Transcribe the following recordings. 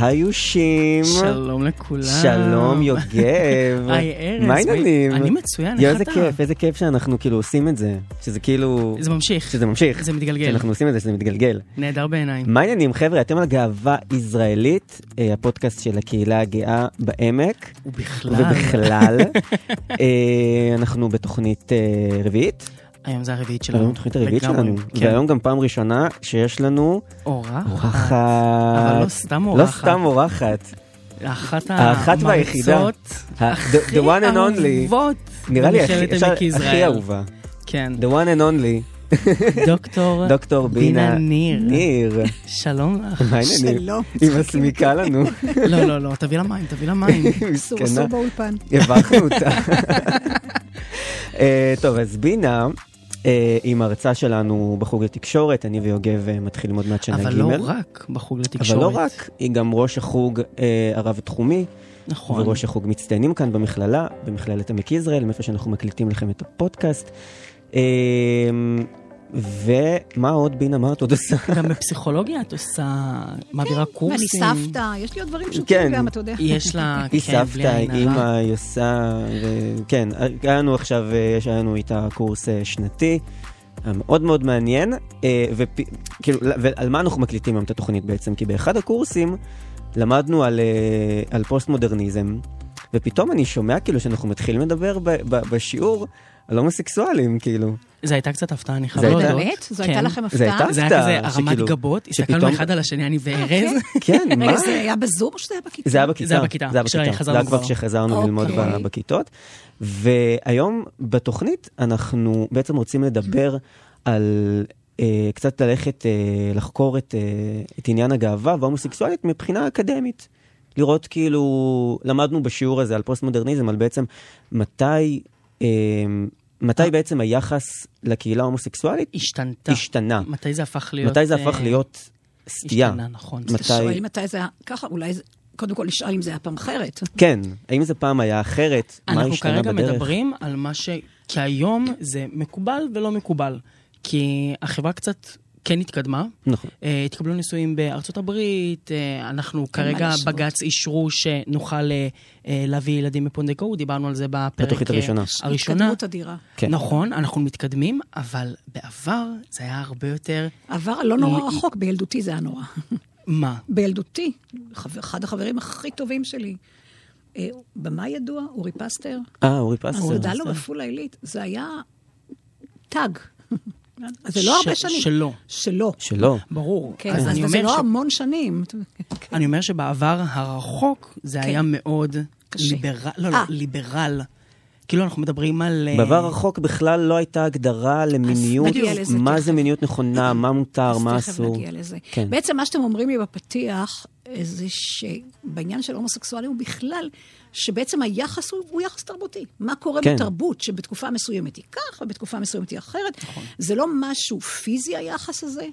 היושים. שלום לכולם. שלום יוגב. היי ארז. מה העניינים? אני מצוין, יואו, כן, איך איזה אתה? כיף, איזה כיף שאנחנו כאילו עושים את זה. שזה כאילו... זה ממשיך. שזה ממשיך. זה מתגלגל. Mm. שאנחנו עושים את זה, שזה מתגלגל. נהדר בעיניים. מה העניינים, חבר'ה? אתם על גאווה ישראלית, אה, הפודקאסט של הקהילה הגאה בעמק. ובכלל. ובכלל. אה, אנחנו בתוכנית אה, רביעית. היום זה הרביעית שלנו. היום התוכנית הרביעית כן. לגמרי, שלנו. כן. והיום גם פעם ראשונה שיש לנו אורחת. אורחת. אבל לא סתם לא אורחת. אה, סתם אורחת. אחת האחת והיחידה. המעריצות ה- the- the הכי one and only. אהובות. נראה לי במכללת הכי- אפשר- עמק יזרעאל. הכי אהובה. כן. The one and only, דוקטור דוקטור בינה בינה ניר. ניר. שלום לך. מה העניינים? שלום. היא מסמיקה לנו. לא, לא, לא, תביא לה מים, תביא לה מים. אסור, מסכנה. אסור באולפן. הבכנו אותה. אה, טוב, אז בינה אה, היא מרצה שלנו בחוג לתקשורת, אני ויוגב אה, מתחילים עוד מעט שנה ג'. אבל לא רק בחוג לתקשורת. אבל לא רק, היא גם ראש החוג אה, הרב-תחומי, נכון. וראש החוג מצטיינים כאן במכללה, במכללת עמק יזרעאל, מאיפה שאנחנו מקליטים לכם את הפודקאסט. אה, ומה עוד, בינה, מה את עוד עושה? גם בפסיכולוגיה את עושה, מעבירה קורסים. אני כן, סבתא, יש לי עוד דברים כן. פשוטים גם, אתה יודע. יש לה, היא כן, בלי סבתא, עין היא אימא, הרע. היא עושה... ו- כן, היה לנו עכשיו, אה, יש היה לנו איתה קורס אה, שנתי, היה מאוד מאוד מעניין, אה, ופ- כאילו, ל- ועל מה אנחנו מקליטים היום את התוכנית בעצם? כי באחד הקורסים למדנו על, אה, על פוסט-מודרניזם, ופתאום אני שומע כאילו שאנחנו מתחילים לדבר ב- ב- בשיעור על הומוסקסואלים, כאילו. זה הייתה קצת הפתעה, אני חייב זה להודות. הייתה- באמת? זו כן. הייתה לכם זה הפתעה? הייתה? זה היה הפתעה, כזה הרמת שכאילו- גבות, הסתכלנו שפתאום- אחד על השני, אני וארז. כן? כן, מה? רגע, זה היה בזום או שזה היה בכיתה? זה היה בכיתה. זה היה בכיתה, זה היה שראי, בכיתה. זה חזרנו היה כבר כבר. כשחזרנו אוקיי. ללמוד ב- בכיתות. והיום בתוכנית אנחנו בעצם רוצים לדבר על... אה, קצת ללכת אה, לחקור את, אה, את עניין הגאווה וההומוסקסואלית מבחינה אקדמית. לראות כאילו, למדנו בשיעור הזה על פוסט-מודרניזם, על בעצם מתי, אה, אה. מתי בעצם היחס לקהילה ההומוסקסואלית השתנתה. השתנה. מתי זה הפך להיות... מתי זה הפך אה, להיות סטייה. השתנה, נכון. מתי- אתה שואל מתי זה היה ככה, אולי זה- קודם כל נשאל אם זה היה פעם אחרת. כן, האם זה פעם היה אחרת? מה אנחנו השתנה כרגע בדרך? מדברים על מה ש... כי היום זה מקובל ולא מקובל. כי החברה קצת כן התקדמה. נכון. אה, התקבלו ניסויים בארצות הברית, אה, אנחנו כרגע, להשוות. בג"ץ אישרו שנוכל אה, אה, להביא ילדים מפונדקאות, דיברנו על זה בפרק בתוכנית אה, הראשונה. הראשונה. התקדמות אדירה. כן. נכון, אנחנו מתקדמים, אבל בעבר זה היה הרבה יותר... עבר הלא נורא היא- רחוק, בילדותי זה היה נורא. מה? בילדותי, חבר- אחד החברים הכי טובים שלי. אה, במה ידוע? אורי פסטר. אה, אורי אז פסטר. הוא גדל לו בעפולה עילית. זה היה תג. אז זה לא ש- הרבה שנים. שלא. שלא. שלא. ברור. כן, אז אני זה אומר לא ש- המון שנים. אני אומר שבעבר הרחוק זה היה מאוד כן. קשה. ליברל, לא, לא, אה. ליברל. כאילו אנחנו מדברים על... אה, בעבר הרחוק בכלל לא הייתה הגדרה למיניות, נגיע לזה מה תכף. אה, זה מיניות נכונה, מה מותר, מה אז תכף אסור. נגיע לזה. כן. בעצם מה שאתם אומרים לי בפתיח, אה, זה שבעניין של הומוסקסואלים הוא בכלל, שבעצם היחס הוא, הוא יחס תרבותי. מה קורה כן. בתרבות, שבתקופה מסוימת היא כך, ובתקופה מסוימת היא אחרת. נכון. זה לא משהו פיזי היחס הזה,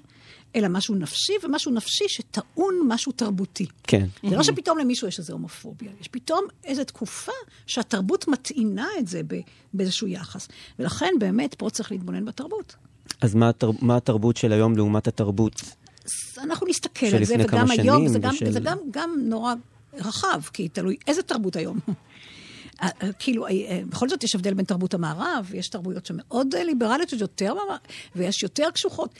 אלא משהו נפשי, ומשהו נפשי שטעון משהו תרבותי. כן. זה לא שפתאום למישהו יש איזו הומופוביה, יש פתאום איזו תקופה שהתרבות מטעינה את זה ב- באיזשהו יחס. ולכן באמת פה צריך להתבונן בתרבות. אז מה התר- מה התרבות של היום לעומת התרבות? אז אנחנו נסתכל של על זה, לפני וגם כמה היום, שנים, זה גם, ושל- זה גם, גם נורא רחב, כי תלוי איזה תרבות היום. אה, אה, כאילו, אה, אה, בכל זאת יש הבדל בין תרבות המערב, יש תרבויות שמאוד אה, ליברליות, יש יותר, מערב, ויש יותר קשוחות.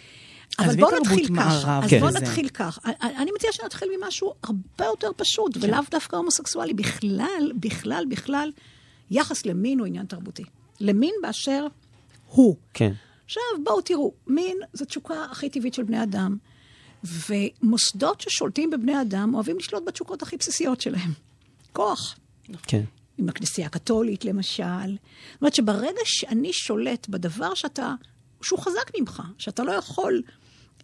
אז אבל מי בואו תרבות נתחיל כך, מערב אז כן. בואו זה? נתחיל כך. אה, אה, אני מציעה שנתחיל ממשהו הרבה יותר פשוט, כן. ולאו דווקא הומוסקסואלי, בכלל, בכלל, בכלל, יחס למין הוא עניין תרבותי. למין באשר הוא. כן. עכשיו, בואו תראו, מין זו תשוקה הכי טבעית של בני אדם, ומוסדות ששולטים בבני אדם אוהבים לשלוט בתשוקות הכי בסיסיות שלהם. כוח. כן. עם הכנסייה הקתולית, למשל. זאת אומרת שברגע שאני שולט בדבר שאתה, שהוא חזק ממך, שאתה לא יכול...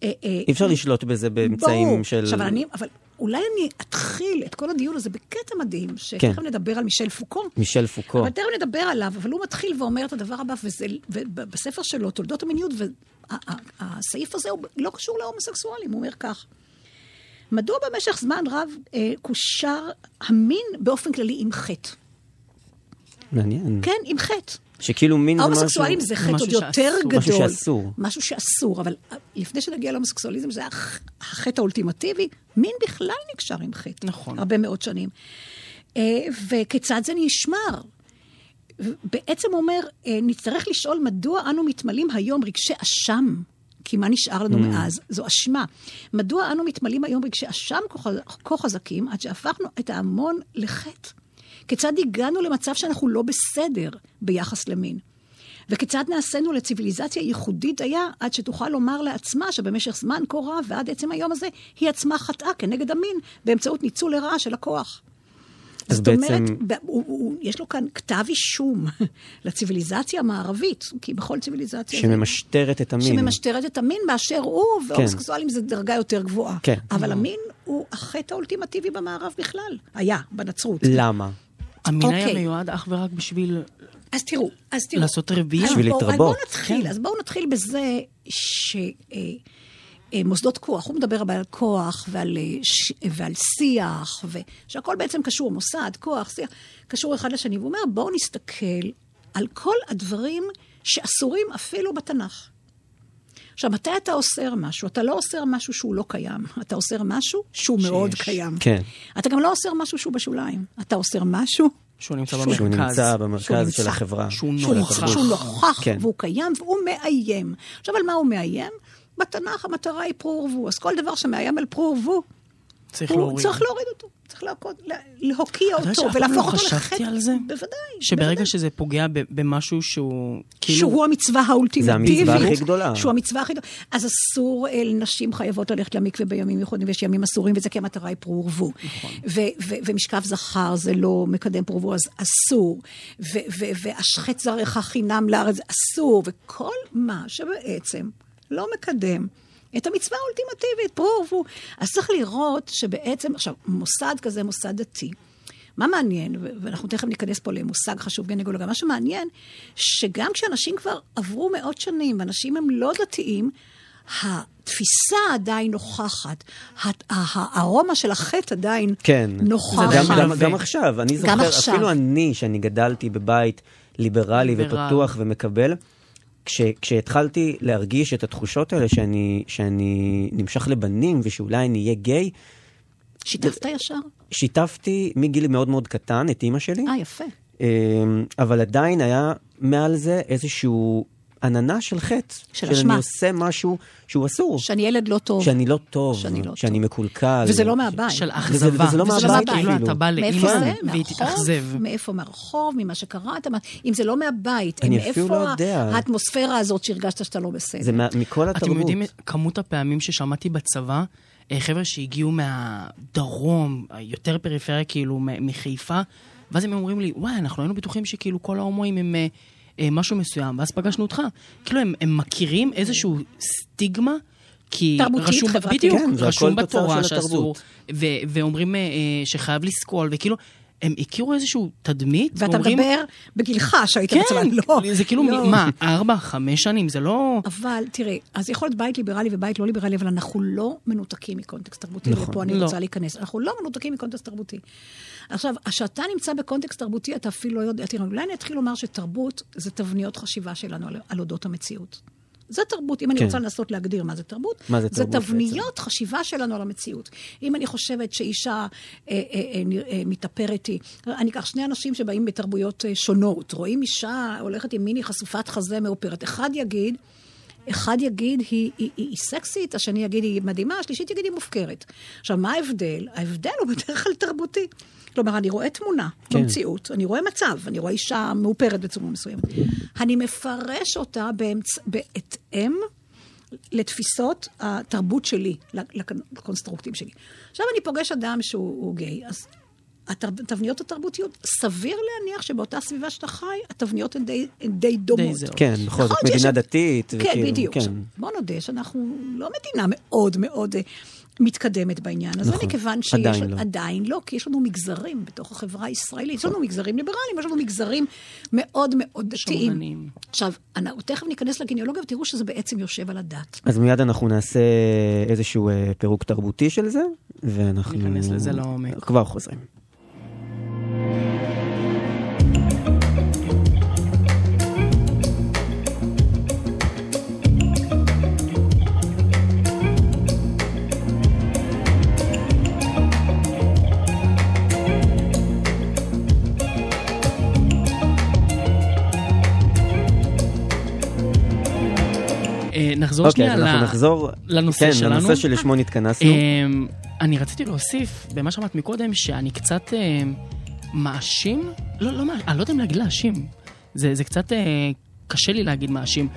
אה, אה, אי אפשר לשלוט בזה באמצעים ברור. של... עכשיו, אני, אבל אולי אני אתחיל את כל הדיון הזה בקטע מדהים, שתכף כן. נדבר על מישל פוקו. מישל פוקו. אבל תכף נדבר עליו, אבל הוא מתחיל ואומר את הדבר הבא, וזה, ובספר שלו, תולדות המיניות, והסעיף הזה הוא לא קשור להומוסקסואלים, הוא אומר כך. מדוע במשך זמן רב אה, קושר המין באופן כללי עם חטא? מעניין. כן, עם חטא. שכאילו מין זה משהו... ההומוסקסואלים זה חטא משהו עוד יותר שאסור. גדול. משהו שאסור. משהו שאסור, אבל אה, לפני שנגיע להומוסקסואליזם, זה הח- החטא האולטימטיבי. מין בכלל נקשר עם חטא. נכון. הרבה מאוד שנים. אה, וכיצד זה נשמר? בעצם אומר, אה, נצטרך לשאול מדוע אנו מתמלאים היום רגשי אשם, כי מה נשאר לנו מאז? זו אשמה. מדוע אנו מתמלאים היום רגשי אשם כה ח- כה חזקים, עד שהפכנו את ההמון לחטא? כיצד הגענו למצב שאנחנו לא בסדר ביחס למין? וכיצד נעשינו לציוויליזציה ייחודית דייה, עד שתוכל לומר לעצמה שבמשך זמן כה רב ועד עצם היום הזה, היא עצמה חטאה כנגד המין, באמצעות ניצול לרעה של הכוח. אז זאת בעצם- אומרת, ב- הוא, הוא, יש לו כאן כתב אישום לציוויליזציה המערבית, כי בכל ציוויליזציה... זה- שממשטרת את המין. שממשטרת את המין באשר הוא, והומוסקסואלים זה דרגה יותר גבוהה. כן. אבל המין הוא החטא האולטימטיבי במערב בכלל. היה, בנצרות. למה? המין היה אוקיי. מיועד אך ורק בשביל... אז תראו, אז תראו. לעשות רביעייה. אז בשביל בואו- אז להתרבות. בואו נתחיל, אז בואו נתחיל בזה שמוסדות כוח, הוא מדבר אבל על כוח ועל, אה, ש- ועל שיח, ו... שהכל בעצם קשור, מוסד, כוח, שיח, קשור אחד לשני. והוא אומר, בואו נסתכל על כל הדברים שאסורים אפילו בתנ"ך. עכשיו, מתי אתה אוסר משהו? אתה לא אוסר משהו שהוא לא קיים, אתה אוסר משהו שהוא שיש. מאוד שיש. קיים. כן. אתה גם לא אוסר משהו שהוא בשוליים, אתה אוסר משהו שהוא נמצא שהוא במרכז. שהוא נמצא שהוא במרכז נמצא, של החברה. שהוא של שהוא נוכח. התרבות. נוכח, שהוא נוכח, כן. והוא קיים, והוא מאיים. עכשיו, על מה הוא מאיים? בתנ"ך המטרה היא פרו ורבו, אז כל דבר שמאיים על פרו ורבו, צריך הוא להוריד. צריך להוריד אותו, צריך להכות, לה- להוקיע יודע אותו שאף פעם לא ולהפוך אותו חשבתי לחטא. על זה? בוודאי. שברגע בוודאי. שזה פוגע ב- במשהו שהוא... כאילו... שהוא המצווה האולטימטיבית. זה המצווה הכי גדולה. שהוא המצווה הכי גדולה. אז אסור, אה, נשים חייבות ללכת למקווה בימים ייחודיים, ויש ימים אסורים, וזה כי המטרה היא פרו ורבו. נכון. ו- ו- ומשכב זכר זה לא מקדם פרו ורבו, אז אסור. ו- ו- והשחט זרעך חינם לארץ, אסור. וכל מה שבעצם לא מקדם. את המצווה האולטימטיבית, פרו ורבו. אז צריך לראות שבעצם, עכשיו, מוסד כזה, מוסד דתי, מה מעניין, ו- ואנחנו תכף ניכנס פה למושג חשוב גנגולוגיה, מה שמעניין, שגם כשאנשים כבר עברו מאות שנים, ואנשים הם לא דתיים, התפיסה עדיין נוכחת, הת- ה- ה- הארומה של החטא עדיין כן. נוכחת. זה גם, גם, מלווה. גם עכשיו, אני גם זוכר, עכשיו. אפילו אני, שאני גדלתי בבית ליברלי ליברל. ופתוח ומקבל, כש, כשהתחלתי להרגיש את התחושות האלה שאני, שאני נמשך לבנים ושאולי אני אהיה גיי, שיתפת ישר? שיתפתי מגיל מאוד מאוד קטן את אימא שלי. אה, יפה. אמ, אבל עדיין היה מעל זה איזשהו עננה של חטא. של שאני אשמה. עושה משהו שהוא אסור. שאני ילד לא טוב. שאני לא טוב, שאני לא שאני טוב. מקולקל. וזה לא מהבית. של וזה- אכזבה. וזה לא וזה לא מהבית, מהבית. כאילו אתה בא מאיפה לאימא זה? נכון. והיא תתאכזב. מהרחוב? מאיפה מהרחוב, ממה שקראת? מה- אם זה לא מהבית, אני מאיפה אפילו לא יודע. האטמוספירה הזאת שהרגשת שאתה לא בסדר? זה מה- מכל התרבות. אתם יודעים כמות הפעמים ששמעתי בצבא, אה, חבר'ה שהגיעו מהדרום, יותר פריפריה, כאילו, מ- מחיפה, ואז הם אומרים לי, וואי, אנחנו היינו בטוחים שכאילו כל ההומואים הם אה, אה, משהו מסוים, ואז פגשנו אותך. כאילו, הם, הם מכירים איזשהו סטיגמה, כי תרבותית, רשום, חברתית. בדיוק, כן, זה רשום הכל תוצר בתורה של שאסור, התרבות. ו- ואומרים אה, אה, שחייב לסקול, וכאילו, הם הכירו איזשהו תדמית, ואתה ואומרים, מדבר בגילך שהיית בצבא, כן, לא. זה כאילו, לא. מ- מה, ארבע, חמש שנים, זה לא... אבל תראה, אז יכול להיות בית ליברלי ובית לא ליברלי, אבל אנחנו לא מנותקים מקונטקסט תרבותי, נכון. ופה אני לא. רוצה להיכנס. אנחנו לא מנותקים מקונטקסט תרבותי. עכשיו, כשאתה נמצא בקונטקסט תרבותי, אתה אפילו לא יודע, תראה, אולי אני אתחיל לומר שתרבות זה תבניות חשיבה שלנו על, על אודות המציאות. זה תרבות, אם אני כן. רוצה לנסות להגדיר מה זה תרבות, מה זה תרבות זה בעצם? תבניות זאת חשיבה שלנו על המציאות. אם אני חושבת שאישה אה, אה, אה, נרא- אה, מתאפרת היא, אני אקח שני אנשים שבאים מתרבויות אה, שונות, רואים אישה הולכת עם מיני חשופת חזה מאופרת, אחד יגיד, אחד יגיד היא, היא, היא, היא סקסית, השני יגיד היא מדהימה, השלישית יגיד היא מופקרת. עכשיו, מה ההבדל? ההבדל הוא בדרך כלל תרבותי. כלומר, אני רואה תמונה כן. כן. במציאות, אני רואה מצב, אני רואה אישה מאופרת בצורה מסוימת. אני מפרש אותה באמצ... בהתאם לתפיסות התרבות שלי, לק- לקונסטרוקטים שלי. עכשיו אני פוגש אדם שהוא הוא גיי, אז התבניות התרבותיות, סביר להניח שבאותה סביבה שאתה חי, התבניות הן די, הן די דומות. זהות. כן, בכל זאת, נכון שיש- מדינה דתית. כן, וכאילו, בדיוק. עכשיו, בוא נודה שאנחנו לא מדינה מאוד מאוד אה, מתקדמת בעניין הזה, נכון. מכיוון שיש... עדיין לא. עדיין לא, כי יש לנו מגזרים בתוך החברה הישראלית. יש נכון. לנו מגזרים ליברליים, יש לנו מגזרים מאוד מאוד שמרנים. דתיים. עכשיו, אנחנו תכף ניכנס לגניאולוגיה ותראו שזה בעצם יושב על הדת. אז מיד אנחנו נעשה איזשהו אה, פירוק תרבותי של זה, ואנחנו... ניכנס לזה לעומק. כבר חוזרים. אה, נחזור אוקיי, שנייה אז אנחנו ל- נחזור לנושא כן, שלנו. לנושא שלשמו נתכנסנו. אמ, אני רציתי להוסיף במה שאמרת מקודם, שאני קצת אמ, מאשים, לא, לא, מאש- אני לא יודע אם להגיד להאשים, זה, זה קצת אה, קשה לי להגיד מאשים,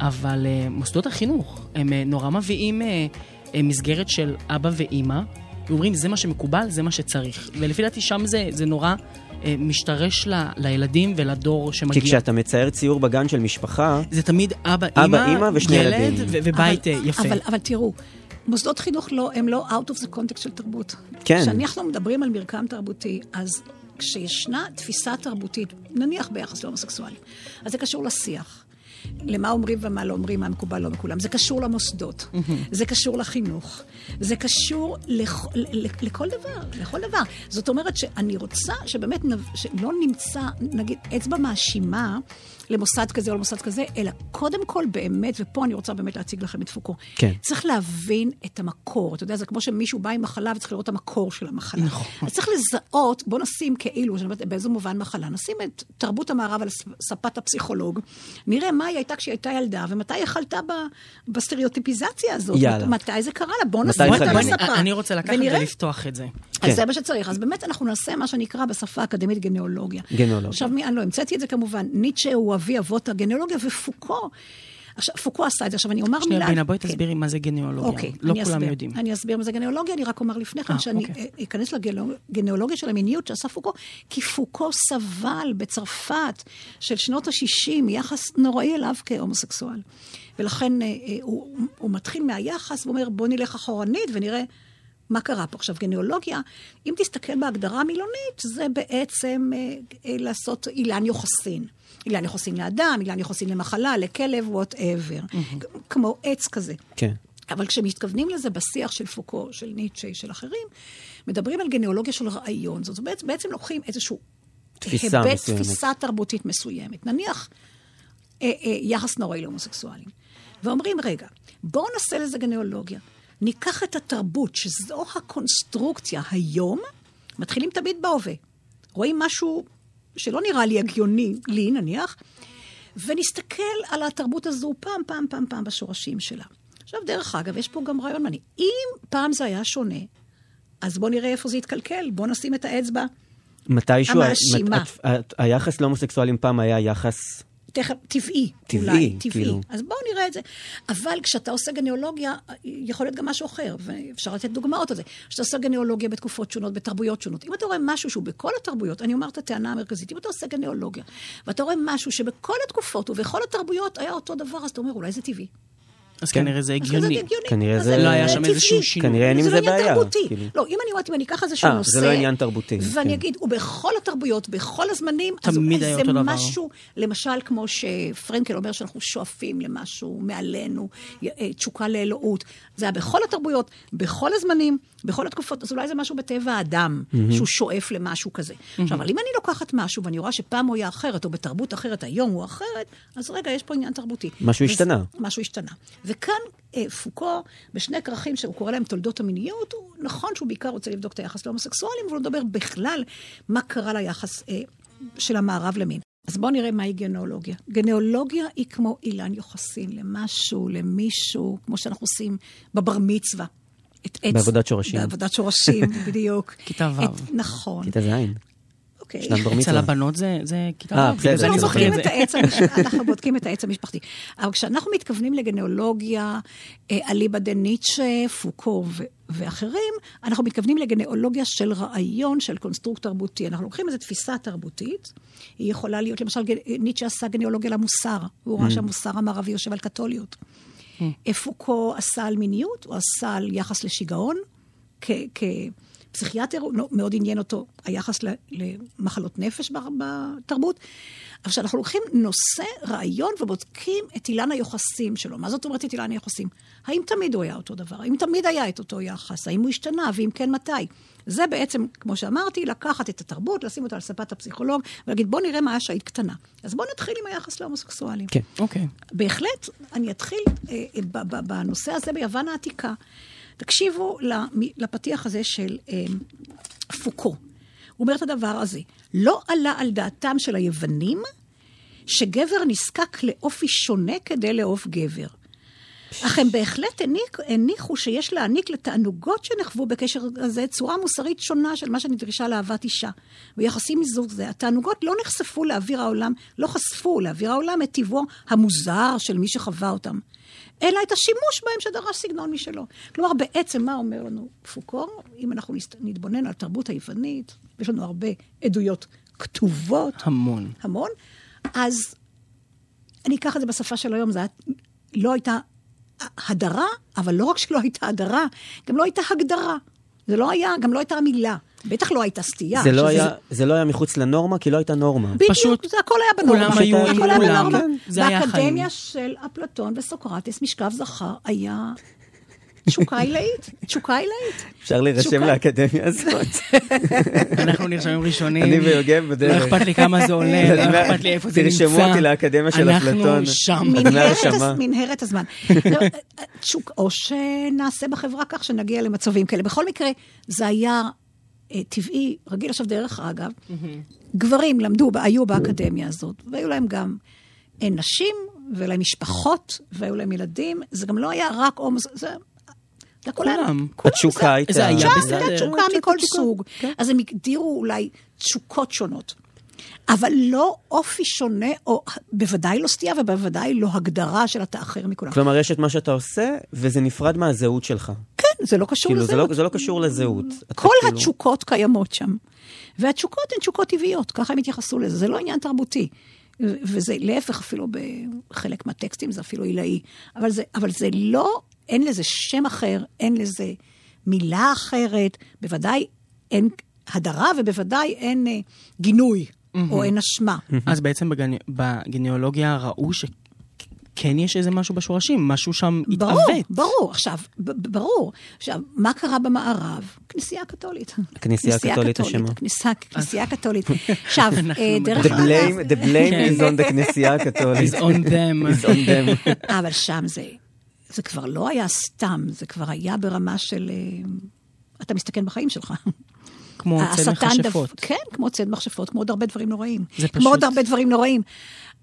אבל אה, מוסדות החינוך, הם אה, נורא מביאים אה, אה, מסגרת של אבא ואימא, ואומרים, זה מה שמקובל, זה מה שצריך. ולפי דעתי שם זה, זה נורא אה, משתרש ל, לילדים ולדור כי שמגיע. כשאתה מצייר ציור בגן של משפחה, זה תמיד אבא, אבא, אימא ושני ילד ילדים. ו- ובית אבל- אה, יפה. אבל, אבל תראו, מוסדות חינוך לא, הם לא out of the context של תרבות. כן. כשאנחנו מדברים על מרקם תרבותי, אז כשישנה תפיסה תרבותית, נניח ביחס להומוסקסואלים, אז זה קשור לשיח. למה אומרים ומה לא אומרים, מה מקובל לא מכולם. זה קשור למוסדות, זה קשור לחינוך, זה קשור לכ- ל- ל- לכל דבר, לכל דבר. זאת אומרת שאני רוצה שבאמת נב- שלא נמצא, נגיד, אצבע מאשימה למוסד כזה או למוסד כזה, אלא קודם כל באמת, ופה אני רוצה באמת להציג לכם את פוקו. כן. צריך להבין את המקור. אתה יודע, זה כמו שמישהו בא עם מחלה וצריך לראות את המקור של המחלה. נכון. אז צריך לזהות, בוא נשים כאילו, שאני אומרת, באיזה מובן מחלה, נשים את תרבות המערב על הס- ספת הפסיכולוג, נראה מה היא הייתה כשהיא הייתה ילדה, ומתי היא חלתה ב, בסטריאוטיפיזציה הזאת. יאללה. מתי זה קרה לה? בוא מתי נשים אותה חלתה? על בוא, אני- הספה. אני- אני רוצה לקחת ונראה. ולפתוח את זה. כן. אז זה מה שצריך. אז באמת אנחנו נעשה מה שנקרא בשפה האקדמית גניאולוגיה. גניאולוגיה. עכשיו, מי- אני לא המצאתי את זה כמובן. ניטשה הוא אבי אבות הגניאולוגיה, ופוקו. עכשיו, פוקו עשה את זה. עכשיו, אני אומר מילה... שנייה, בינה, בואי כן. תסבירי מה זה גניאולוגיה. אוקיי, לא אני כולם אסביר. יודעים. אני אסביר מה זה גניאולוגיה, אני רק אומר לפני אה, כן שאני אוקיי. אה, אכנס לגניאולוגיה של המיניות שעשה פוקו, כי פוקו סבל בצרפת של שנות ה-60 יחס נוראי אליו כהומוסקסואל. ולכן אה, אה, הוא, הוא מתחיל מהיחס ואומר, בוא נלך אחורנית ונראה מה קרה פה. עכשיו, גניאולוגיה, אם תסתכל בהגדרה המילונית, זה בעצם אה, אה, לעשות אילן יוחסין. אילן יוחסין לאדם, אילן יוחסין למחלה, לכלב, וואטאבר. כמו עץ כזה. כן. אבל כשמתכוונים לזה בשיח של פוקו, של ניטשה, של אחרים, מדברים על גניאולוגיה של רעיון. זאת אומרת, בעצם לוקחים איזשהו... תפיסה היבט, מסוימת. תפיסה תרבותית מסוימת. נניח אה, אה, יחס נוראי להומוסקסואלים. ואומרים, רגע, בואו נעשה לזה גניאולוגיה. ניקח את התרבות, שזו הקונסטרוקציה היום, מתחילים תמיד בהווה. רואים משהו שלא נראה לי הגיוני, לי נניח, ונסתכל על התרבות הזו פעם, פעם, פעם, פעם בשורשים שלה. עכשיו, דרך אגב, יש פה גם רעיון מעניין. אם פעם זה היה שונה, אז בואו נראה איפה זה יתקלקל, בואו נשים את האצבע. מתישהו... ה- המאשימה. מת- ה- ה- היחס להומוסקסואלים פעם היה יחס... תכף, טבעי. טבעי, אולי, טבעי. כאילו. אז בואו נראה את זה. אבל כשאתה עושה גניאולוגיה, יכול להיות גם משהו אחר, ואפשר לתת דוגמאות על זה. כשאתה עושה גניאולוגיה בתקופות שונות, בתרבויות שונות, אם אתה רואה משהו שהוא בכל התרבויות, אני אומר את הטענה המרכזית, אם אתה עושה גניאולוגיה, ואתה רואה משהו שבכל התקופות ובכל התרבויות היה אותו דבר, אז אתה אומר, אולי זה טבעי. אז כן. כנראה זה אז כזה הגיוני. הגיוני. כנראה אז זה- לא היה שם טבעי. איזשהו שינוי. כנראה אין עם זה זה לא בעיה, עניין תרבותי. כאילו. לא, אם אני אומרת, אם אני אקח איזשהו אה, נושא... זה לא עניין תרבותי, ואני כן. אגיד, ובכל התרבויות, בכל הזמנים, אז תמיד אולי היה זה אותו דבר. משהו, למשל, כמו שפרנקל אומר שאנחנו שואפים למשהו מעלינו, י- אה, תשוקה לאלוהות. זה היה בכל התרבויות, בכל הזמנים, בכל התקופות, אז אולי זה משהו בטבע האדם, שהוא שואף למשהו כזה. עכשיו, אבל אם אני לוקחת משהו ואני רואה שפעם הוא היה אחרת, או בתרבות אחרת, היום הוא אחרת, אז רגע, יש פה עניין תרבותי. משהו וזה- השתנה. משהו השתנה. וכאן אה, פוקו, בשני כרכים שהוא קורא להם תולדות המיניות, הוא, נכון שהוא בעיקר רוצה לבדוק את היחס להומוסקסואלים, אבל הוא מדבר בכלל מה קרה ליחס אה, של המערב למין. אז בואו נראה מהי גנאולוגיה. גנאולוגיה היא כמו אילן יוחסין למשהו, למישהו, כמו שאנחנו עושים בבר מצווה. את עץ- בעבודת שורשים. בעבודת שורשים, בדיוק. כיתה ו'. את- נכון. כיתה זין. אוקיי. שלב בר אצל מצווה. הבנות זה- זה כיתה אה, ו', בסדר, בגלל זה אני אני כאילו, זוכר אנחנו בודקים את זה. את העץ המשפחתי, אנחנו בודקים את העץ המשפחתי. אבל כשאנחנו מתכוונים לגניאולוגיה, אה, אליבא דה ניטשה, פוקו ו- ואחרים, אנחנו מתכוונים לגניאולוגיה של רעיון, של קונסטרוקט תרבותי. אנחנו לוקחים איזו תפיסה תרבותית, היא יכולה להיות, למשל, גנ- ניטשה עשה גניאולוגיה למוסר, הוא Mm. ראה שהמוסר המערבי יושב על קתוליות. אה, פוקו עשה על מיניות, הוא עשה על יחס לשיגעון, כ- כפסיכיאטר, הוא נו- מאוד עניין אותו היחס ל- למחלות נפש ב- בתרבות. אבל כשאנחנו לוקחים נושא, רעיון, ובודקים את אילן היוחסים שלו. מה זאת אומרת את אילן היוחסים? האם תמיד הוא היה אותו דבר? האם תמיד היה את אותו יחס? האם הוא השתנה? ואם כן, מתי? זה בעצם, כמו שאמרתי, לקחת את התרבות, לשים אותה על ספת הפסיכולוג, ולהגיד, בוא נראה מה היה שהיית קטנה. אז בואו נתחיל עם היחס להומוסקסואלים. כן. אוקיי. בהחלט, אני אתחיל אה, אה, ב- ב- בנושא הזה ביוון העתיקה. תקשיבו למ- לפתיח הזה של אה, פוקו. הוא אומר את הדבר הזה, לא עלה על דעתם של היוונים שגבר נזקק לאופי שונה כדי לאהוב גבר. אך הם בהחלט הניק, הניחו שיש להעניק לתענוגות שנחוו בקשר הזה צורה מוסרית שונה של מה שנדרשה לאהבת אישה. ביחסים מזוג זה, התענוגות לא נחשפו לאוויר העולם, לא חשפו לאוויר העולם את טיבו המוזר של מי שחווה אותם. אלא את השימוש בהם שדרש סגנון משלו. כלומר, בעצם מה אומר לנו פוקור? אם אנחנו נסת- נתבונן על התרבות היוונית, יש לנו הרבה עדויות כתובות, המון. המון, אז אני אקח את זה בשפה של היום, זה היה, לא הייתה הדרה, אבל לא רק שלא הייתה הדרה, גם לא הייתה הגדרה. זה לא היה, גם לא הייתה המילה. בטח לא הייתה סטייה. זה לא שזה- היה- זה לא היה מחוץ לנורמה, כי לא הייתה נורמה. בדיוק, פשוט זה הכל היה בנורמה. כולם היו עם הכל היה כולם, בנורמה. כן, זה היה באקדמיה החיים. של אפלטון וסוקרטס, משכב זכר היה תשוקה עילאית, תשוקה עילאית. אפשר להירשם תשוקה. לאקדמיה הזאת. אנחנו נרשמים ראשונים. אני ויוגב לא בדרך. אכפת לי כמה זה עולה, אני לא אומר, אכפת לי איפה זה נמצא. תרשמו אותי לאקדמיה של אפלטון. אנחנו שם. מי- מנהרת אז מהרשמה. הז- מנהרת הזמן. לא, תשוק- או שנעשה בחברה כך שנגיע למצבים כאלה. בכל מקרה, זה היה אה, טבעי, רגיל. עכשיו, דרך אגב, גברים למדו, היו באקדמיה הזאת, והיו להם גם אה, נשים, והיו להם משפחות, והיו להם ילדים. זה גם לא היה רק הומוס... זה... זה הכל היה- כולם. התשוקה הייתה... זה היה שם בסדר. הייתה תשוקה מכל תשוקה, סוג. אז הם הגדירו אולי תשוקות שונות. אבל לא אופי שונה, או בוודאי לא סטייה ובוודאי לא הגדרה של אתה אחר מכולם. כלומר, יש את מה שאתה עושה, וזה נפרד מהזהות שלך. כן, זה לא קשור כאילו, לזהות. זה לא- זה לא קשור לזהות. אתה כל כאילו- התשוקות קיימות שם. והתשוקות הן תשוקות טבעיות, ככה הם התייחסו לזה, זה לא עניין תרבותי. ו- וזה להפך, אפילו בחלק מהטקסטים זה אפילו עילאי. אבל זה, אבל זה לא, אין לזה שם אחר, אין לזה מילה אחרת, בוודאי אין הדרה ובוודאי אין אה, גינוי או אין אשמה. אז בעצם בגני- בגניאולוגיה ראו שכן יש איזה משהו בשורשים, משהו שם ברור, התעוות. ברור. עכשיו, ב- ב- ברור. עכשיו, מה קרה במערב? כנסייה הקתולית. הכנסייה הקתולית אשמה. הכנסייה- הכנסייה הקתולית. עכשיו, אנחנו אה, דרך אה. נכון. The אגב... כן. blame, the blame is on the כנסייה הקתולית. It's כן. on them. It's on them. אבל שם זה, זה כבר לא היה סתם, זה כבר היה ברמה של... אה, אתה מסתכן בחיים שלך. כמו אצל השטן דפ- מכשפות. כן, כמו צד מכשפות, כמו עוד הרבה דברים נוראים. זה פשוט- כמו עוד הרבה דברים נוראים.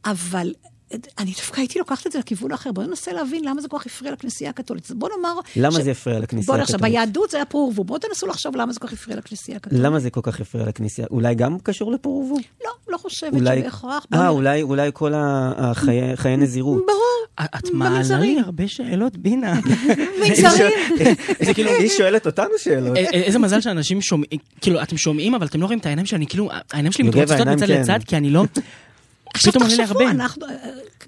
אבל אה, אני דווקא הייתי לוקחת את זה לכיוון האחר. בואו ננסה להבין למה זה כל כך הפריע לכנסייה הקתולית. אז בוא נאמר... למה זה הפריע לכנסייה בוא נחשוב, הקתולית? ביהדות זה היה פרו ורבו. בואו תנסו לחשוב למה זה כל כך הפריע לכנסייה הקתולית. למה זה כל כך הפריע לכנסייה? אולי גם קשור לפורבו? לא, לא חושבת אולי... שבהכרח. בוא אה, נראה. אולי- אולי כל ה- החיי חיי נזירות. ברור. את מעלה לי במגזרים. הרבה שאלות, בינה. מגזרים. זה כאילו, היא שואלת אותנו שאלות. א- א- אה, איזה מזל שאנשים שומעים, כאילו, אתם שומעים, אבל אתם לא רואים את העיניים שאני, כאילו, העיניים שלי נוגע מתרוצצות בעיניים, מצד כן. לצד, כי אני לא... עכשיו פתאום עולה לי תחשבו, הרבה. אנחנו... אה,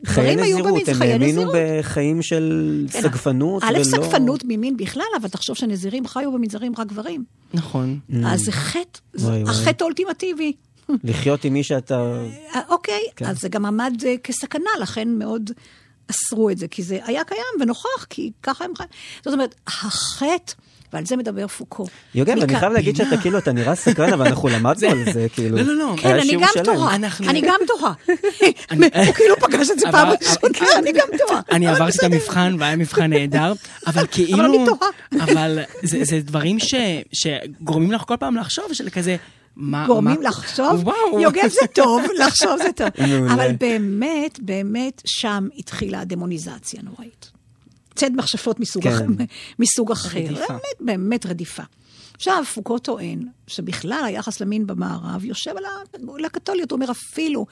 חיי גברים היו נזירות, במז- הם חיי האמינו נזירות. בחיים של כן, סגפנות ולא... א', סגפנות ממין בכלל, אבל תחשוב שנזירים חיו במנזרים רק גברים. נכון. אז זה חטא, זה Mm. וואי, וואי. החטא האולטימטיבי. לחיות עם מי שאתה... אה, אוקיי, כן. אז זה גם עמד אה, כסכנה, לכן מאוד אסרו את זה, כי זה היה קיים ונוכח, כי ככה הם חיים. זאת אומרת, החטא, ועל זה מדבר פוקו. יוגב, אני מכאן- חייב להגיד שאתה כאילו, אתה נראה סקרן, אבל אנחנו למדנו על זה, כאילו. לא, לא, לא. היה כן, אני שיעור גם שלם. תוהה, אנחנו- אני גם תוהה. הוא כאילו פגש את זה פעם עבר- ראשונה, אני גם תוהה. אני עברתי את המבחן והיה מבחן נהדר, אבל כאילו... לא, אבל אני תוהה. אבל זה זה דברים ש- שגורמים לך כל פעם לחשוב, של כזה... מה- גורמים מה- לחשוב, וואו. יוגב זה טוב, לחשוב זה טוב. מעולה. אבל באמת, באמת, שם התחילה הדמוניזציה הנוראית. צד מכשפות מסוג כן. אחר. מסוג אחר. רדיפה. באמת, באמת רדיפה. עכשיו, פוקו טוען שבכלל היחס למין במערב יושב על ה- על הקתוליות. הוא אומר, אפילו,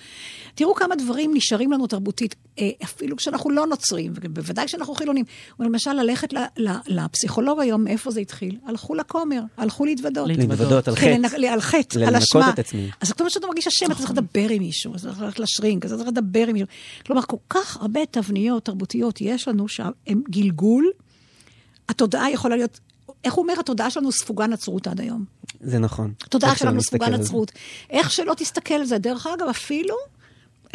תראו כמה דברים נשארים לנו תרבותית, אה, אפילו כשאנחנו לא נוצרים, ובוודאי כשאנחנו חילונים. הוא למשל, ללכת ל- ל- לפסיכולוג היום, מאיפה זה התחיל? הלכו לכומר, הלכו להתוודות. להתוודות על כן, חטא. לנק- על חטא, על לנקות אשמה. את עצמי. אז זאת אומרת שאתה מרגיש אשם, אתה צריך לדבר עם מישהו, אז אתה צריך ללכת לשרינק, אז אתה צריך לדבר עם מישהו. כלומר, כל כך הרבה תבניות תרבותיות יש לנו שהן גלגול. התודעה יכולה להיות, איך הוא אומר, התודעה שלנו ספוגה נצרות עד היום. זה נכון. התודעה איך שלא שלנו נסתכל ספוגה על זה. נצרות. איך שלא תסתכל על זה. דרך אגב, אפילו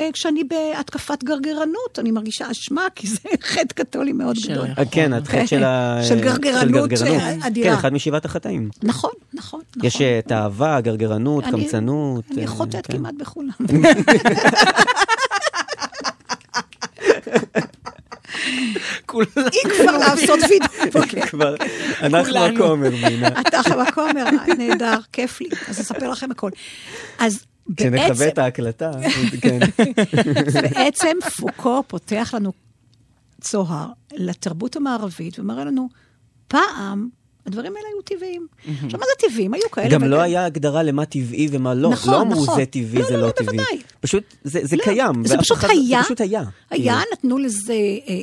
אה, כשאני בהתקפת גרגרנות, אני מרגישה אשמה, כי זה חטא קתולי מאוד שלא גדול. יכול. אה, כן, התחילת של ה... נכון. של גרגרנות, אה, אדירה. כן, אחד משבעת החטאים. נכון, נכון, נכון. יש אה, תאווה, גרגרנות, אני- קמצנות. אני אה, חוטאת כן. כמעט בכולם. כולם- אם כבר לעשות וידאו. כבר, אנחנו כולנו. הכומר, מינה. אתה אחלה כומר, נהדר, כיף לי, אז אספר לכם הכל. אז בעצם, כשנחווה את ההקלטה, כן. בעצם פוקו פותח לנו צוהר לתרבות המערבית ומראה לנו, פעם הדברים האלה היו טבעיים. עכשיו, מה זה טבעיים? היו כאלה. גם וכאלה. לא היה הגדרה למה טבעי ומה לא. נכון, לא אמרו נכון. זה טבעי, לא, זה לא, לא לא, טבעי. בוודאי. פשוט, זה זה לא, קיים. זה ואף פשוט אחד- היה. זה פשוט היה. כן. היה, נתנו לזה... אה,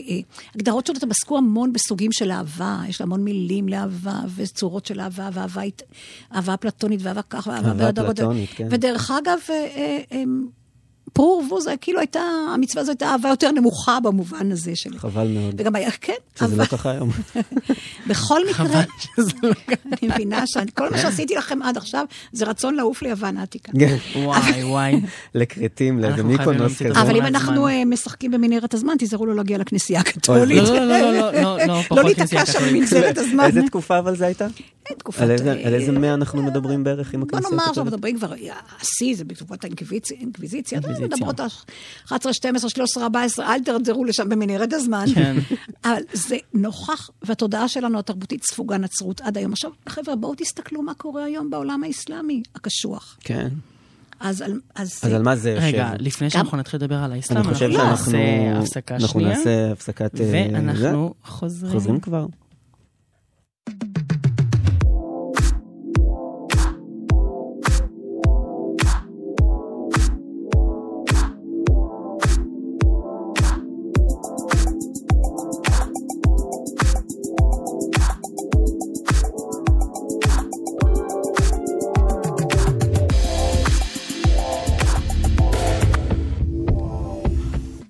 אה, הגדרות שונות, הם עסקו המון בסוגים של אהבה. יש המון מילים לאהבה, וצורות של אהבה, ואהבה הת- אהבה אפלטונית, ואהבה כך, ואהבה... אהבה ועוד- ועוד- אפלטונית, כן. ודרך אגב, אה, אה, אה, פרו ורבו זה כאילו הייתה, המצווה הזו הייתה אהבה יותר נמוכה במובן הזה של... חבל מאוד. וגם היה, כן, שזה לא ככה היום. בכל מקרה, חבל שזה לא ככה. אני מבינה שכל מה שעשיתי לכם עד עכשיו, זה רצון לעוף ליוון העתיקה. כן. וואי, וואי. לכרתים, לאיזה אנחנו חייבים מיקונוס להמציא את כזה. הזמן. אבל אם הזמן. אנחנו אה, משחקים במנהרת הזמן, תיזהרו לא להגיע לכנסייה הקתולית. לא, לא, לא, לא, לא, לא, לא, פחות לא כנסייה להיתקע שם קתולית. במנזרת הזמן. איזה תקופה אבל זה הייתה? אין תקופת... על איזה- אה, על איזה מאה אנחנו מדברים בערך עם בוא הכנסייה לא נאמר שאנחנו הקתולית? מדברים כבר, אה, השיא זה בתקופת האינקוויציה, אינקוויזיציה, אתה יודע, אינקוויזיציה. מדברות על 11, 12, 13, 14, אל תרדרו לשם במנהרת הזמן. כן. אבל זה נוכח, והתודעה שלנו התרבותית ספוגה נצרות עד היום. עכשיו, חבר'ה, בואו תסתכלו מה קורה היום בעולם האסלאמי הקשוח. כן. אז על- אז... אז אה, על מה זה יושב? רגע, לפני שאנחנו נתחיל לדבר על האסלאם, אני חושב אנחנו שאנחנו... נעשה הפסקה אנחנו שנייה, נעשה הפסקת... אה, זה. ואנחנו חוזרים. חוזרים כבר.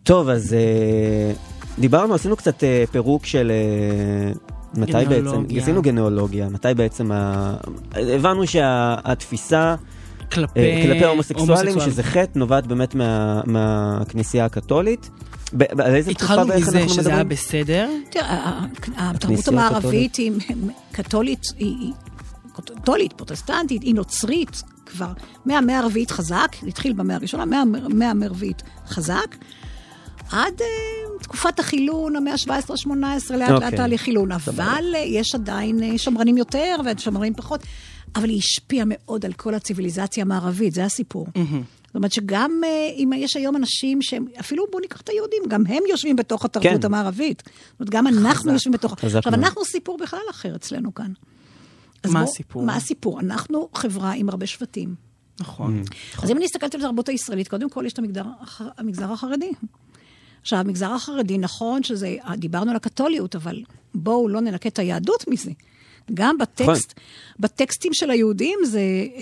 טוב, אז אה, דיברנו, עשינו קצת אה, פירוק של... אה, מתי בעצם, גנאולוגיה. עשינו גנאולוגיה, מתי בעצם, ה... הבנו שהתפיסה כלפי אה, כלפי הומוסקסואלים, הומוסקסואלים. שזה חטא, נובעת באמת מה- מהכנסייה הקתולית. ב- ב- על איזה תקופה התחלנו בערך אנחנו מזה מדברים? שזה היה בסדר, תראה, ה- ה- התרבות הכנסייה המערבית היא קתולית, היא היא קתולית, פרוטסטנטית, היא נוצרית כבר. מהמאה הרביעית חזק, זה התחיל במאה הראשונה, מהמאה- מהמאה הרביעית חזק, עד אה, תקופת החילון, המאה ה-17-18, לאט לאט אוקיי. תהליך חילון. סבבה. אבל אה, יש עדיין אה, שמרנים יותר ושמרנים פחות, אבל היא השפיעה מאוד על כל הציוויליזציה המערבית, זה הסיפור. זאת אומרת שגם אה, אם יש היום אנשים שהם, אפילו בואו ניקח את היהודים, גם הם יושבים בתוך התרבות כן. המערבית. זאת אומרת, גם אנחנו יושבים בתוך... חזק עכשיו, מאוד. אנחנו סיפור בכלל אחר אצלנו כאן. אז מה בוא- הסיפור? מה הסיפור? אנחנו חברה עם הרבה שבטים. אה, נכון. אז אם אני מסתכלת על התרבות הישראלית, קודם כל יש את המגדר, הח- המגזר החרדי. עכשיו, המגזר החרדי, נכון שזה, דיברנו על הקתוליות, אבל בואו לא ננקה את היהדות מזה. גם בטקסט, נכון. בטקסטים של היהודים זה אה,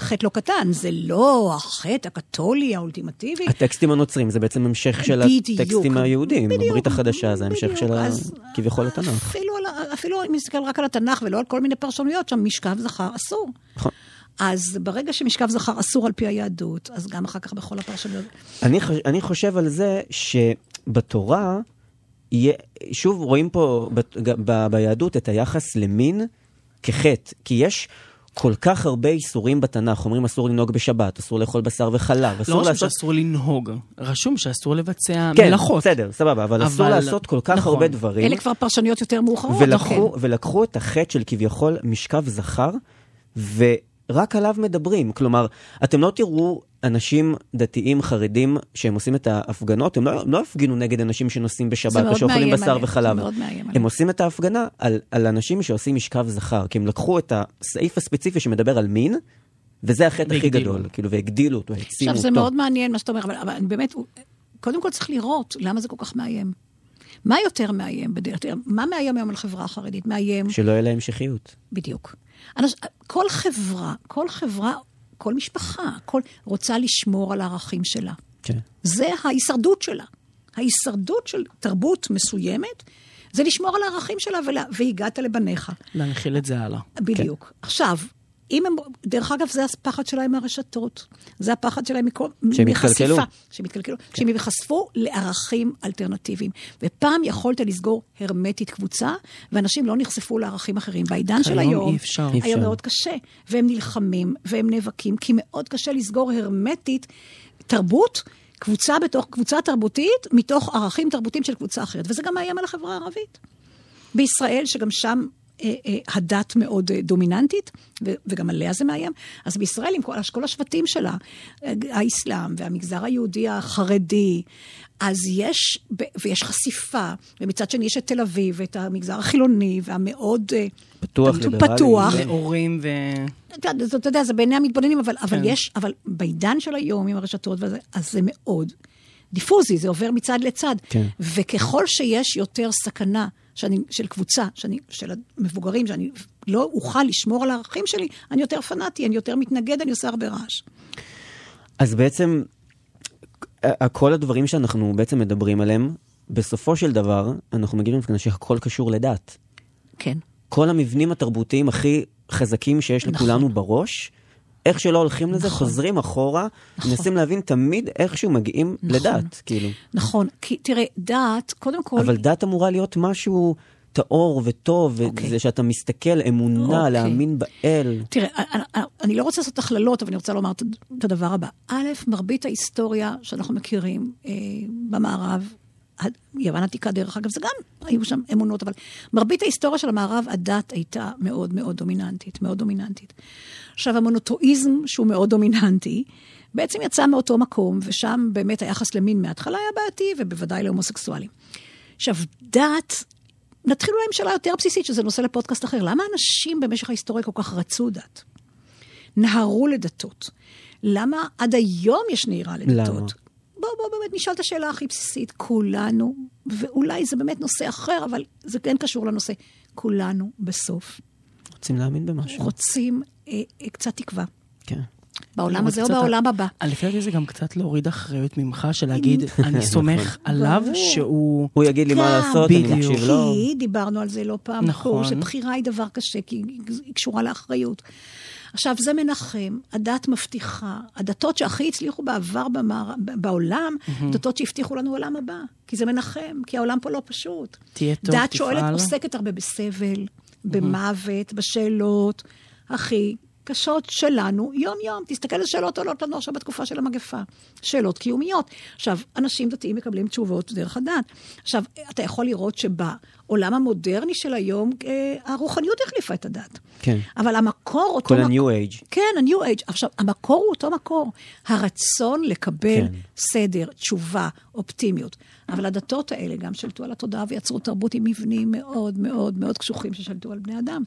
חטא לא קטן, זה לא החטא הקתולי האולטימטיבי. הטקסטים הנוצרים זה בעצם המשך של בדיוק. הטקסטים היהודים. בדיוק. הברית החדשה זה המשך של ה- אז- כביכול התנ"ך. אפילו, על ה- אפילו אם נסתכל רק על התנ"ך ולא על כל מיני פרשנויות, שם משכב זכר אסור. נכון. אז ברגע שמשכב זכר אסור על פי היהדות, אז גם אחר כך בכל הפרשנויות. אני, חוש, אני חושב על זה שבתורה, יהיה, שוב רואים פה בת, ג- ב, ביהדות את היחס למין כחטא, כי יש כל כך הרבה איסורים בתנ"ך, אומרים אסור לנהוג בשבת, אסור לאכול בשר וחלב, לא אסור רשום לעשות... שאסור לנהוג, רשום שאסור לבצע כן, מלאכות. בסדר, סבבה, אבל, אסור אבל- לעשות כל כך נכון. הרבה דברים. אלה כבר פרשנויות יותר מאוחרות. אוקיי. נכון. ולקחו, ולקחו את החטא של כביכול משכב זכר, ורק עליו מדברים. כלומר, אתם לא תראו אנשים דתיים חרדים שהם עושים את ההפגנות, הם לא, הם לא יפגינו נגד אנשים שנוסעים בשבת מאוד או שאוכלים מאיים בשר עליהם, וחלב. זה מאוד מאיים הם עליהם. עושים את ההפגנה על, על אנשים שעושים משכב זכר, כי הם לקחו את הסעיף הספציפי שמדבר על מין, וזה החטא הכי והגדילו. גדול, כאילו, והגדילו אותו, העצימו עכשיו, אותו. זה מאוד מעניין מה שאתה אומר, אבל, אבל באמת, הוא- קודם כל צריך לראות למה זה כל כך מאיים. מה יותר מאיים בדרך כלל? מה מאיים היום על חברה החרדית? מאיים שלא יהיה לה המשכיות. בדיוק. אנש, כל חברה, כל חברה, כל משפחה, כל רוצה לשמור על הערכים שלה. כן. זה ההישרדות שלה. ההישרדות של תרבות מסוימת, זה לשמור על הערכים שלה ולה, והגעת לבניך. להנחיל את זה הלאה. בדיוק. כן. עכשיו, אם הם, דרך אגב, זה הפחד שלהם מהרשתות. זה הפחד שלהם מכל, שהם מחשיפה. יתקלקלו. שהם יתקלקלו. כן. שהם ייחשפו לערכים אלטרנטיביים. ופעם יכולת לסגור הרמטית קבוצה, ואנשים לא נחשפו לערכים אחרים. בעידן של היום היום, אי אפשר. אי אפשר. היום מאוד קשה. והם נלחמים, והם נאבקים, כי מאוד קשה לסגור הרמטית תרבות. קבוצה בתוך קבוצה תרבותית, מתוך ערכים תרבותיים של קבוצה אחרת. וזה גם מאיים על החברה הערבית. בישראל, שגם שם אה, אה, הדת מאוד אה, דומיננטית, ו- וגם עליה זה מאיים. אז בישראל, עם כל, הש- כל השבטים שלה, אה, האסלאם והמגזר היהודי החרדי, אז יש, ב- ויש חשיפה, ומצד שני יש את תל אביב, ואת המגזר החילוני, והמאוד... אה, פתוח, תמיד ליברלי. כן. פתוח. זה- להורים ו... אתה יודע, זה- אתה יודע, זה בעיני המתבוננים, אבל, אבל כן. יש, אבל בעידן של היום עם הרשתות, וזה, אז זה מאוד דיפוזי, זה עובר מצד לצד. כן. וככל שיש יותר סכנה שאני, של קבוצה, שאני, של המבוגרים, שאני לא אוכל לשמור על הערכים שלי, אני יותר פנאטי, אני יותר מתנגד, אני עושה הרבה רעש. אז בעצם, ה- כל הדברים שאנחנו בעצם מדברים עליהם, בסופו של דבר, אנחנו מגיעים למסקנה שהכל קשור לדת. כן. כל המבנים התרבותיים הכי חזקים שיש נכון. לכולנו בראש, איך שלא הולכים לזה, נכון. חוזרים אחורה, נכון. מנסים להבין תמיד איכשהו מגיעים נכון. לדת, כאילו. נכון, כי תראה, דת, קודם כל... אבל דת אמורה להיות משהו טהור וטוב, אוקיי. וזה שאתה מסתכל, אמונה, אוקיי. להאמין באל. תראה, אני- אני- אני לא רוצה לעשות הכללות, אבל אני רוצה לומר את- את הדבר הבא. א', מרבית ההיסטוריה שאנחנו מכירים אה, במערב, ה- יוון עתיקה דרך אגב, זה גם, היו שם אמונות, אבל מרבית ההיסטוריה של המערב, הדת הייתה מאוד מאוד דומיננטית, מאוד דומיננטית. עכשיו, המונותואיזם, שהוא מאוד דומיננטי, בעצם יצא מאותו מקום, ושם באמת היחס למין מההתחלה היה בעייתי, ובוודאי להומוסקסואלים. עכשיו, דת, נתחיל אולי עם שאלה יותר בסיסית, שזה נושא לפודקאסט אחר. למה אנשים במשך ההיסטוריה כל כך רצו דת? נהרו לדתות. למה עד היום יש נהירה לדתות? למה? בוא, בוא באמת נשאל את השאלה הכי בסיסית. כולנו, ואולי זה באמת נושא אחר, אבל זה כן קשור לנושא, כולנו בסוף רוצים להאמין במשהו. רוצים אה, אה, קצת תקווה. כן. בעולם הזה או קצת- בעולם הבא. אה, לפי דעתי זה גם קצת להוריד אחריות ממך, של להגיד, אני סומך עליו ברור. שהוא... הוא יגיד לי מה גם. לעשות, אני בדיוק. מקשיב לו. כי דיברנו על זה לא פעם, נכון. נכון, שבחירה היא דבר קשה, כי היא- היא קשורה לאחריות. עכשיו, זה מנחם, הדת מבטיחה, הדתות שהכי הצליחו בעבר במער... ב- בעולם, דתות שהבטיחו לנו עולם הבא, כי זה מנחם, כי העולם פה לא פשוט. תהיה טוב, דת שואלת, תפעל. עוסקת הרבה בסבל, במוות, בשאלות הכי קשות שלנו יום-יום. תסתכל על שאלות עולות לנו עכשיו בתקופה של המגפה. שאלות קיומיות. עכשיו, אנשים דתיים מקבלים תשובות דרך הדת. עכשיו, אתה יכול לראות שבעולם המודרני של היום, אה, הרוחניות החליפה את הדת. כן. אבל המקור אותו... כל מק- ה-new age. כן, ה-new age. עכשיו, המקור הוא אותו מקור. הרצון לקבל כן. כן. סדר, תשובה, אופטימיות. אבל הדתות האלה גם שלטו על התודעה ויצרו תרבות עם מבנים מאוד מאוד מאוד קשוחים ששלטו על בני אדם.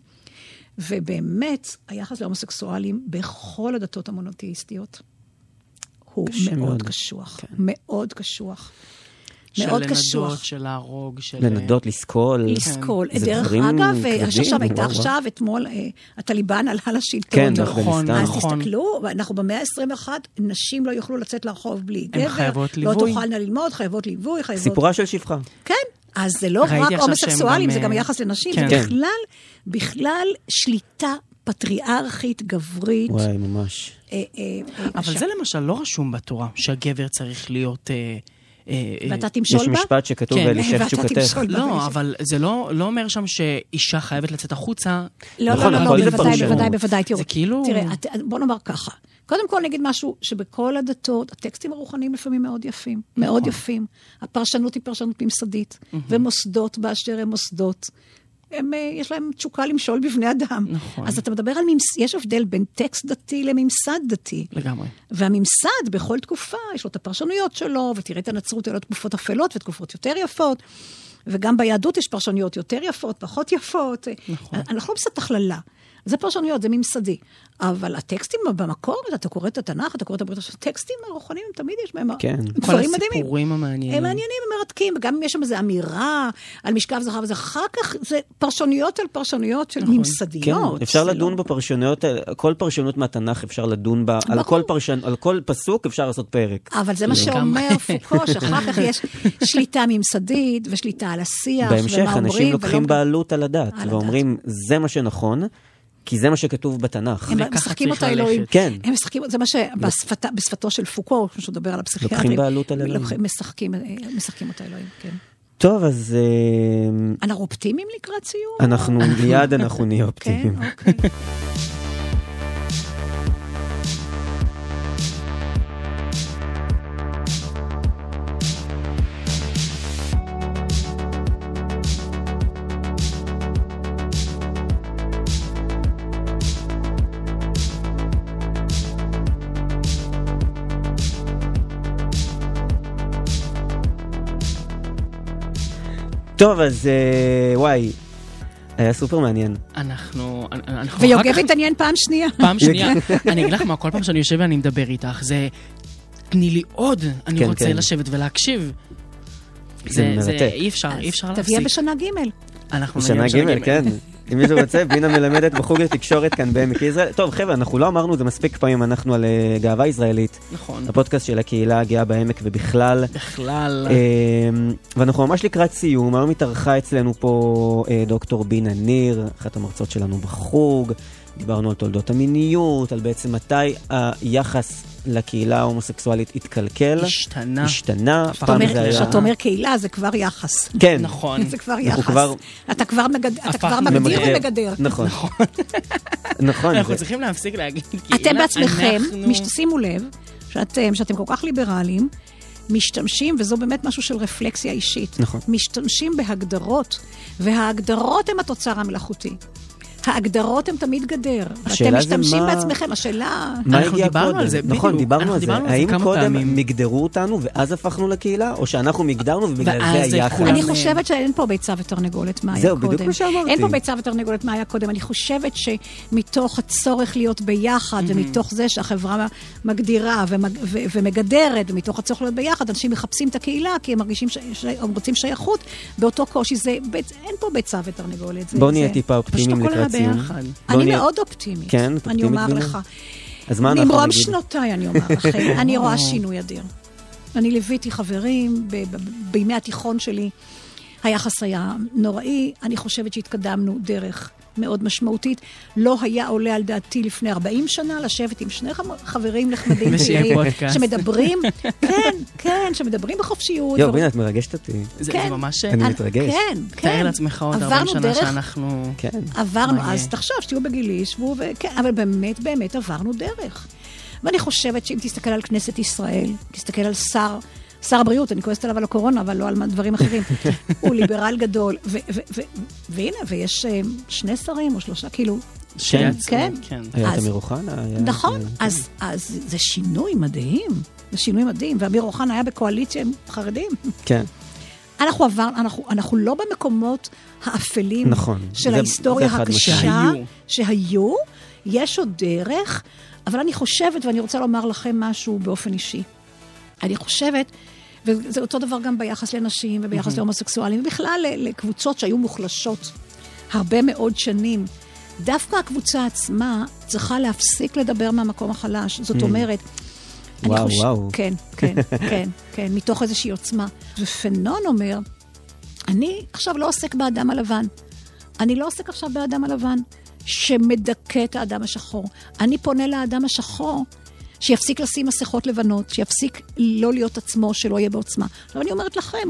ובאמת, היחס להומוסקסואלים בכל הדתות המונותאיסטיות הוא קשה מאוד, מאוד. מאוד קשוח. כן. מאוד קשוח. מאוד של לנדות, קשוח. של להרוג, של... לנדות, לסקול. אה, לסקול. זה דרך דברים אגב, אה, כבדים, עכשיו וואו, הייתה וואו. עכשיו, אתמול, אה, הטליבן עלה לשלטון. כן, נכון, באפגניסטן. נכון. אה, אז תסתכלו, אנחנו במאה ה-21, נשים לא יוכלו לצאת לרחוב בלי הן גבר. חייבות לא ליווי. תוכלנה ללמוד, חייבות ליווי, חייבות... סיפורה של שפחה. כן. אז זה לא ראיתי רק עכשיו שהם הומוסקסואלים, זה גם, גם היחס לנשים, כן. כן. זה בכלל, בכלל שליטה פטריארכית, גברית. וואי, ממש. אה, אה, אה, אבל קשה. זה למשל לא רשום בתורה, שהגבר צריך להיות... אה, אה, אה, ואתה יש תמשול בה? משפט שכתוב, כן. "ואלישף ואתה תשוקתך. תמשול בה. לא, אבל זה לא, לא אומר שם שאישה חייבת לצאת החוצה. לא, נכון, נכון, לא, לא, הכל לא, זה בוודאי, פרשנות. בוודאי, בוודאי, תראו. זה כאילו- תראה, את, בוא נאמר ככה. קודם כל נגיד משהו שבכל הדתות, הטקסטים הרוחניים לפעמים מאוד יפים, נכון. מאוד יפים. הפרשנות היא פרשנות ממסדית, ומוסדות באשר הם מוסדות. הם, אה, יש להם תשוקה למשול בבני אדם. נכון. אז אתה מדבר על ממס... יש הבדל בין טקסט דתי לממסד דתי. לגמרי. והממסד בכל תקופה, יש לו את הפרשנויות שלו, ותראה את הנצרות, היו לה תקופות אפלות ותקופות יותר יפות, וגם ביהדות יש פרשנויות יותר יפות, פחות יפות. נכון. אנחנו לא בסדר הכללה. זה פרשנויות, זה ממסדי. אבל הטקסטים במקור, אתה קורא את התנ"ך, אתה קורא את הברית השחורה, הטקסטים הרוחניים, תמיד יש בהם כן. כל דברים מדהימים. הסיפורים המעניינים. הם מעניינים, הם מרתקים, וגם אם יש שם איזו אמירה על משכב זכר וזה, אחר כך זה פרשנויות על פרשנויות של נכון. כן, ממסדיות. אפשר זה לא- לדון בפרשנויות, האלה, כל פרשנות מהתנ"ך אפשר לדון בה, על ברור. כל פרשן- על כל פסוק אפשר לעשות פרק. אבל זה מה לגמרי. שאומר פוקו, שאחר כך יש שליטה ממסדית ושליטה על השיח, בהמשך אה, ומה אנשים אומרים, לוקחים ולא- בעלות על הדת, על הדת. ואומרים, זה מה שנכון, כי זה מה שכתוב בתנ"ך. הם וככה משחקים צריך אותה אלוהים. ללכת. כן. הם משחקים, זה מה שבשפתו של פוקו, כשהוא מדבר על הפסיכיאטרים. לוקחים בעלות על אלוהים. לוקחים- משחקים, אה, משחקים אותה אלוהים, כן. טוב, אז אה, אנחנו אופטימיים לקראת סיום? אנחנו, מיד אנחנו נהיה כן, אופטימיים. אוקיי. טוב, אז אה, וואי, היה סופר מעניין. אנחנו... אנחנו אחר ויוגב כך- התעניין פעם שנייה. פעם שנייה, אני אגיד לך מה, כל פעם שאני יושב ואני מדבר איתך, זה... תני לי עוד, אני כן, רוצה כן. לשבת ולהקשיב. זה זה מרתק. אי אפשר, אי אפשר אז תביאה להפסיק. בשנה ג'. אנחנו נגיע שנה ג', כן. אם מישהו רוצה, בינה מלמדת בחוג לתקשורת כאן בעמק יזרעאל. טוב, חבר'ה, אנחנו לא אמרנו את זה מספיק פעמים, אנחנו על אה, גאווה ישראלית, נכון. הפודקאסט של הקהילה הגאה בעמק ובכלל. בכלל, אמ, ואנחנו ממש לקראת סיום, היום התארחה אצלנו פה אה, דוקטור בינה ניר, אחת המרצות שלנו בחוג, דיברנו על תולדות המיניות, על בעצם מתי היחס לקהילה ההומוסקסואלית התקלקל, השתנה. השתנה, זאת אתה פעם אומר- זה היה... כשאתה אומר קהילה זה כבר יחס. כן, נכון. זה כבר אנחנו יחס. כבר- אתה כבר מגד- אתה כבר הפכנו מגדיר למגדר. ומגדר. נכון. נכון, אנחנו זה- צריכים להפסיק להגיד קהילה. אתם בעצמכם, כאילו, אנחנו- מש- שימו לב, שאתם, שאתם כל כך ליברליים, משתמשים, וזו באמת משהו של רפלקסיה אישית, נכון. משתמשים בהגדרות, וההגדרות הן התוצר המלאכותי. ההגדרות הן תמיד גדר. אתם השאלה זה משתמשים מה- בעצמכם, השאלה... מה אנחנו הגיע דיברנו קודם? על זה, נכון, בדיוק. דיברנו אנחנו על זה. דיברנו על זה האם כמה קודם פעמים. מגדרו אותנו ואז הפכנו לקהילה, או שאנחנו הגדרנו ובגלל ואז זה זה היחס? כולם- אני חושבת שאין פה ביצה ותרנגולת מה היה זהו, קודם. בדיוק מה שאמרתי. אין פה ביצה ותרנגולת מה היה קודם. אני חושבת שמתוך הצורך להיות ביחד, ומתוך זה שהחברה מגדירה ומג- ו- ומגדרת, ומתוך הצורך להיות ביחד, אנשים מחפשים את הקהילה כי הם מרגישים, ש- ש- הם רוצים שייכות, באותו קושי זה, ביצ- אין פה ביצה ותרנגולת. זה- בואו נהיה זה- טיפה פשוט אופטימיים הכל לקראת היה סיום. ביחד. בואו אני לא נהיה- מאוד אופטימית. כן, את אני אופטימית, אומר בינה? לך. אז מה אנחנו ממרום נגיד? שנותיי, אני אומר לכם, אני רואה שינוי אדיר. אני ליוויתי חברים ב- ב- בימי התיכון שלי. היחס היה נוראי, אני חושבת שהתקדמנו דרך מאוד משמעותית. לא היה עולה על דעתי לפני 40 שנה לשבת עם שני חמ- חברים נחמדים ושיהיה צעירים, פודקאסט. שמדברים, כן, כן, שמדברים בחופשיות. יואו, בינה, את מרגשת אותי. זה כן. זה ממש... אני אה, מתרגש. כן, כן. תאר לעצמך עוד 40 עברנו שנה דרך- שאנחנו... כן. עברנו, מה אז יהיה? תחשוב, שתהיו בגילי, שבו, ו- כן, אבל באמת, באמת עברנו דרך. ואני חושבת שאם תסתכל על כנסת ישראל, תסתכל על שר, שר הבריאות, אני כועסת עליו על הקורונה, אבל לא על מה- דברים אחרים, הוא ליברל גדול, ו- ו- ו- והנה, ויש אה, שני שרים או שלושה, כאילו, שיהיה כן. עצמי, כן. כן. היה את אה, אז- אמיר אוחנה? היה- נכון, אז, אז זה שינוי מדהים, זה שינוי מדהים, ואמיר אוחנה היה בקואליציה עם חרדים. כן. אנחנו עברנו, אנחנו, אנחנו לא במקומות האפלים נכון. של זה- ההיסטוריה זה חד הקשה משמעי. שהיו, יש עוד דרך, אבל אני חושבת, ואני רוצה לומר לכם משהו באופן אישי. אני חושבת, וזה אותו דבר גם ביחס לנשים Mhm. וביחס להומוסקסואלים, ובכלל ל- לקבוצות שהיו מוחלשות הרבה מאוד שנים. דווקא הקבוצה עצמה צריכה להפסיק לדבר מהמקום החלש. זאת אומרת, אני Mhm. וואו, חוש- וואו. כן, כן, כן, כן, מתוך איזושהי עוצמה. ופנון אומר, אני עכשיו לא עוסק באדם הלבן. אני לא עוסק עכשיו באדם הלבן, שמדכא את האדם השחור. אני פונה לאדם השחור, שיפסיק לשים מסכות לבנות, שיפסיק לא להיות עצמו, שלא יהיה בעוצמה. עכשיו אני אומרת לכם,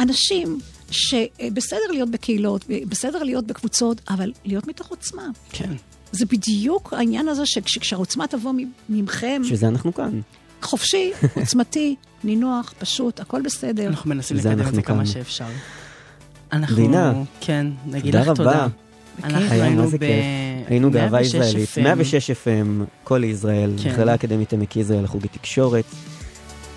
אנשים שבסדר להיות בקהילות, בסדר להיות בקבוצות, אבל להיות מתוך עוצמה. כן. זה בדיוק העניין הזה שכשהעוצמה תבוא מ- ממכם, בשביל זה אנחנו כאן. חופשי, עוצמתי, נינוח, פשוט, הכל בסדר. אנחנו מנסים אה, זה לקדם את אנחנו זה כמה כאן. שאפשר. אנחנו... בינה, כן, נגיד תודה לך תודה. רבה. אנחנו היה היינו מה זה ב- כיף. היינו גאווה 106 ישראלית. FM. 106 FM, כל ישראל, כן. מכללה אקדמית עמק יזרעאל, חוגי תקשורת.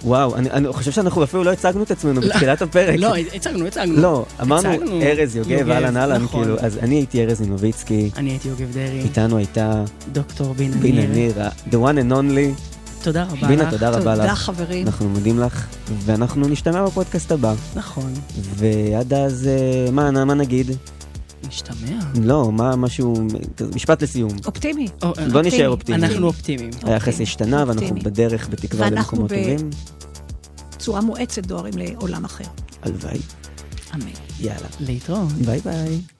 וואו, אני- אני חושב שאנחנו אפילו לא הצגנו את עצמנו בתחילת הפרק. לא, הצגנו, הצגנו. לא, אמרנו הצגנו. ארז יוגב, יוגב, אהלן אהלן, נכון. אוקיי. כאילו, אז אני הייתי ארז נינוביצקי, אני הייתי יוגב דרעי, איתנו הייתה דוקטור בינה בינה ניר. ניר, ה- the one and only. תודה רבה בינה, לך. תודה רבה תודה, לך. חברים. אנחנו מודים לך, ואנחנו נשתמע בפודקאסט הבא. נכון, ועד אז, אה, מה מה נגיד? נשתמע. לא, מה משהו, כזה, משפט לסיום. אופטימי. או, בוא נשאר אופטימיים. אנחנו אופטימיים. היחס אופטימי, השתנה, ואנחנו אופטימי. בדרך, בתקווה ואנחנו למקומות ב- טובים. צורה מואצת דוהרים לעולם אחר. הלוואי. אמן. יאללה. להתראות. ביי ביי.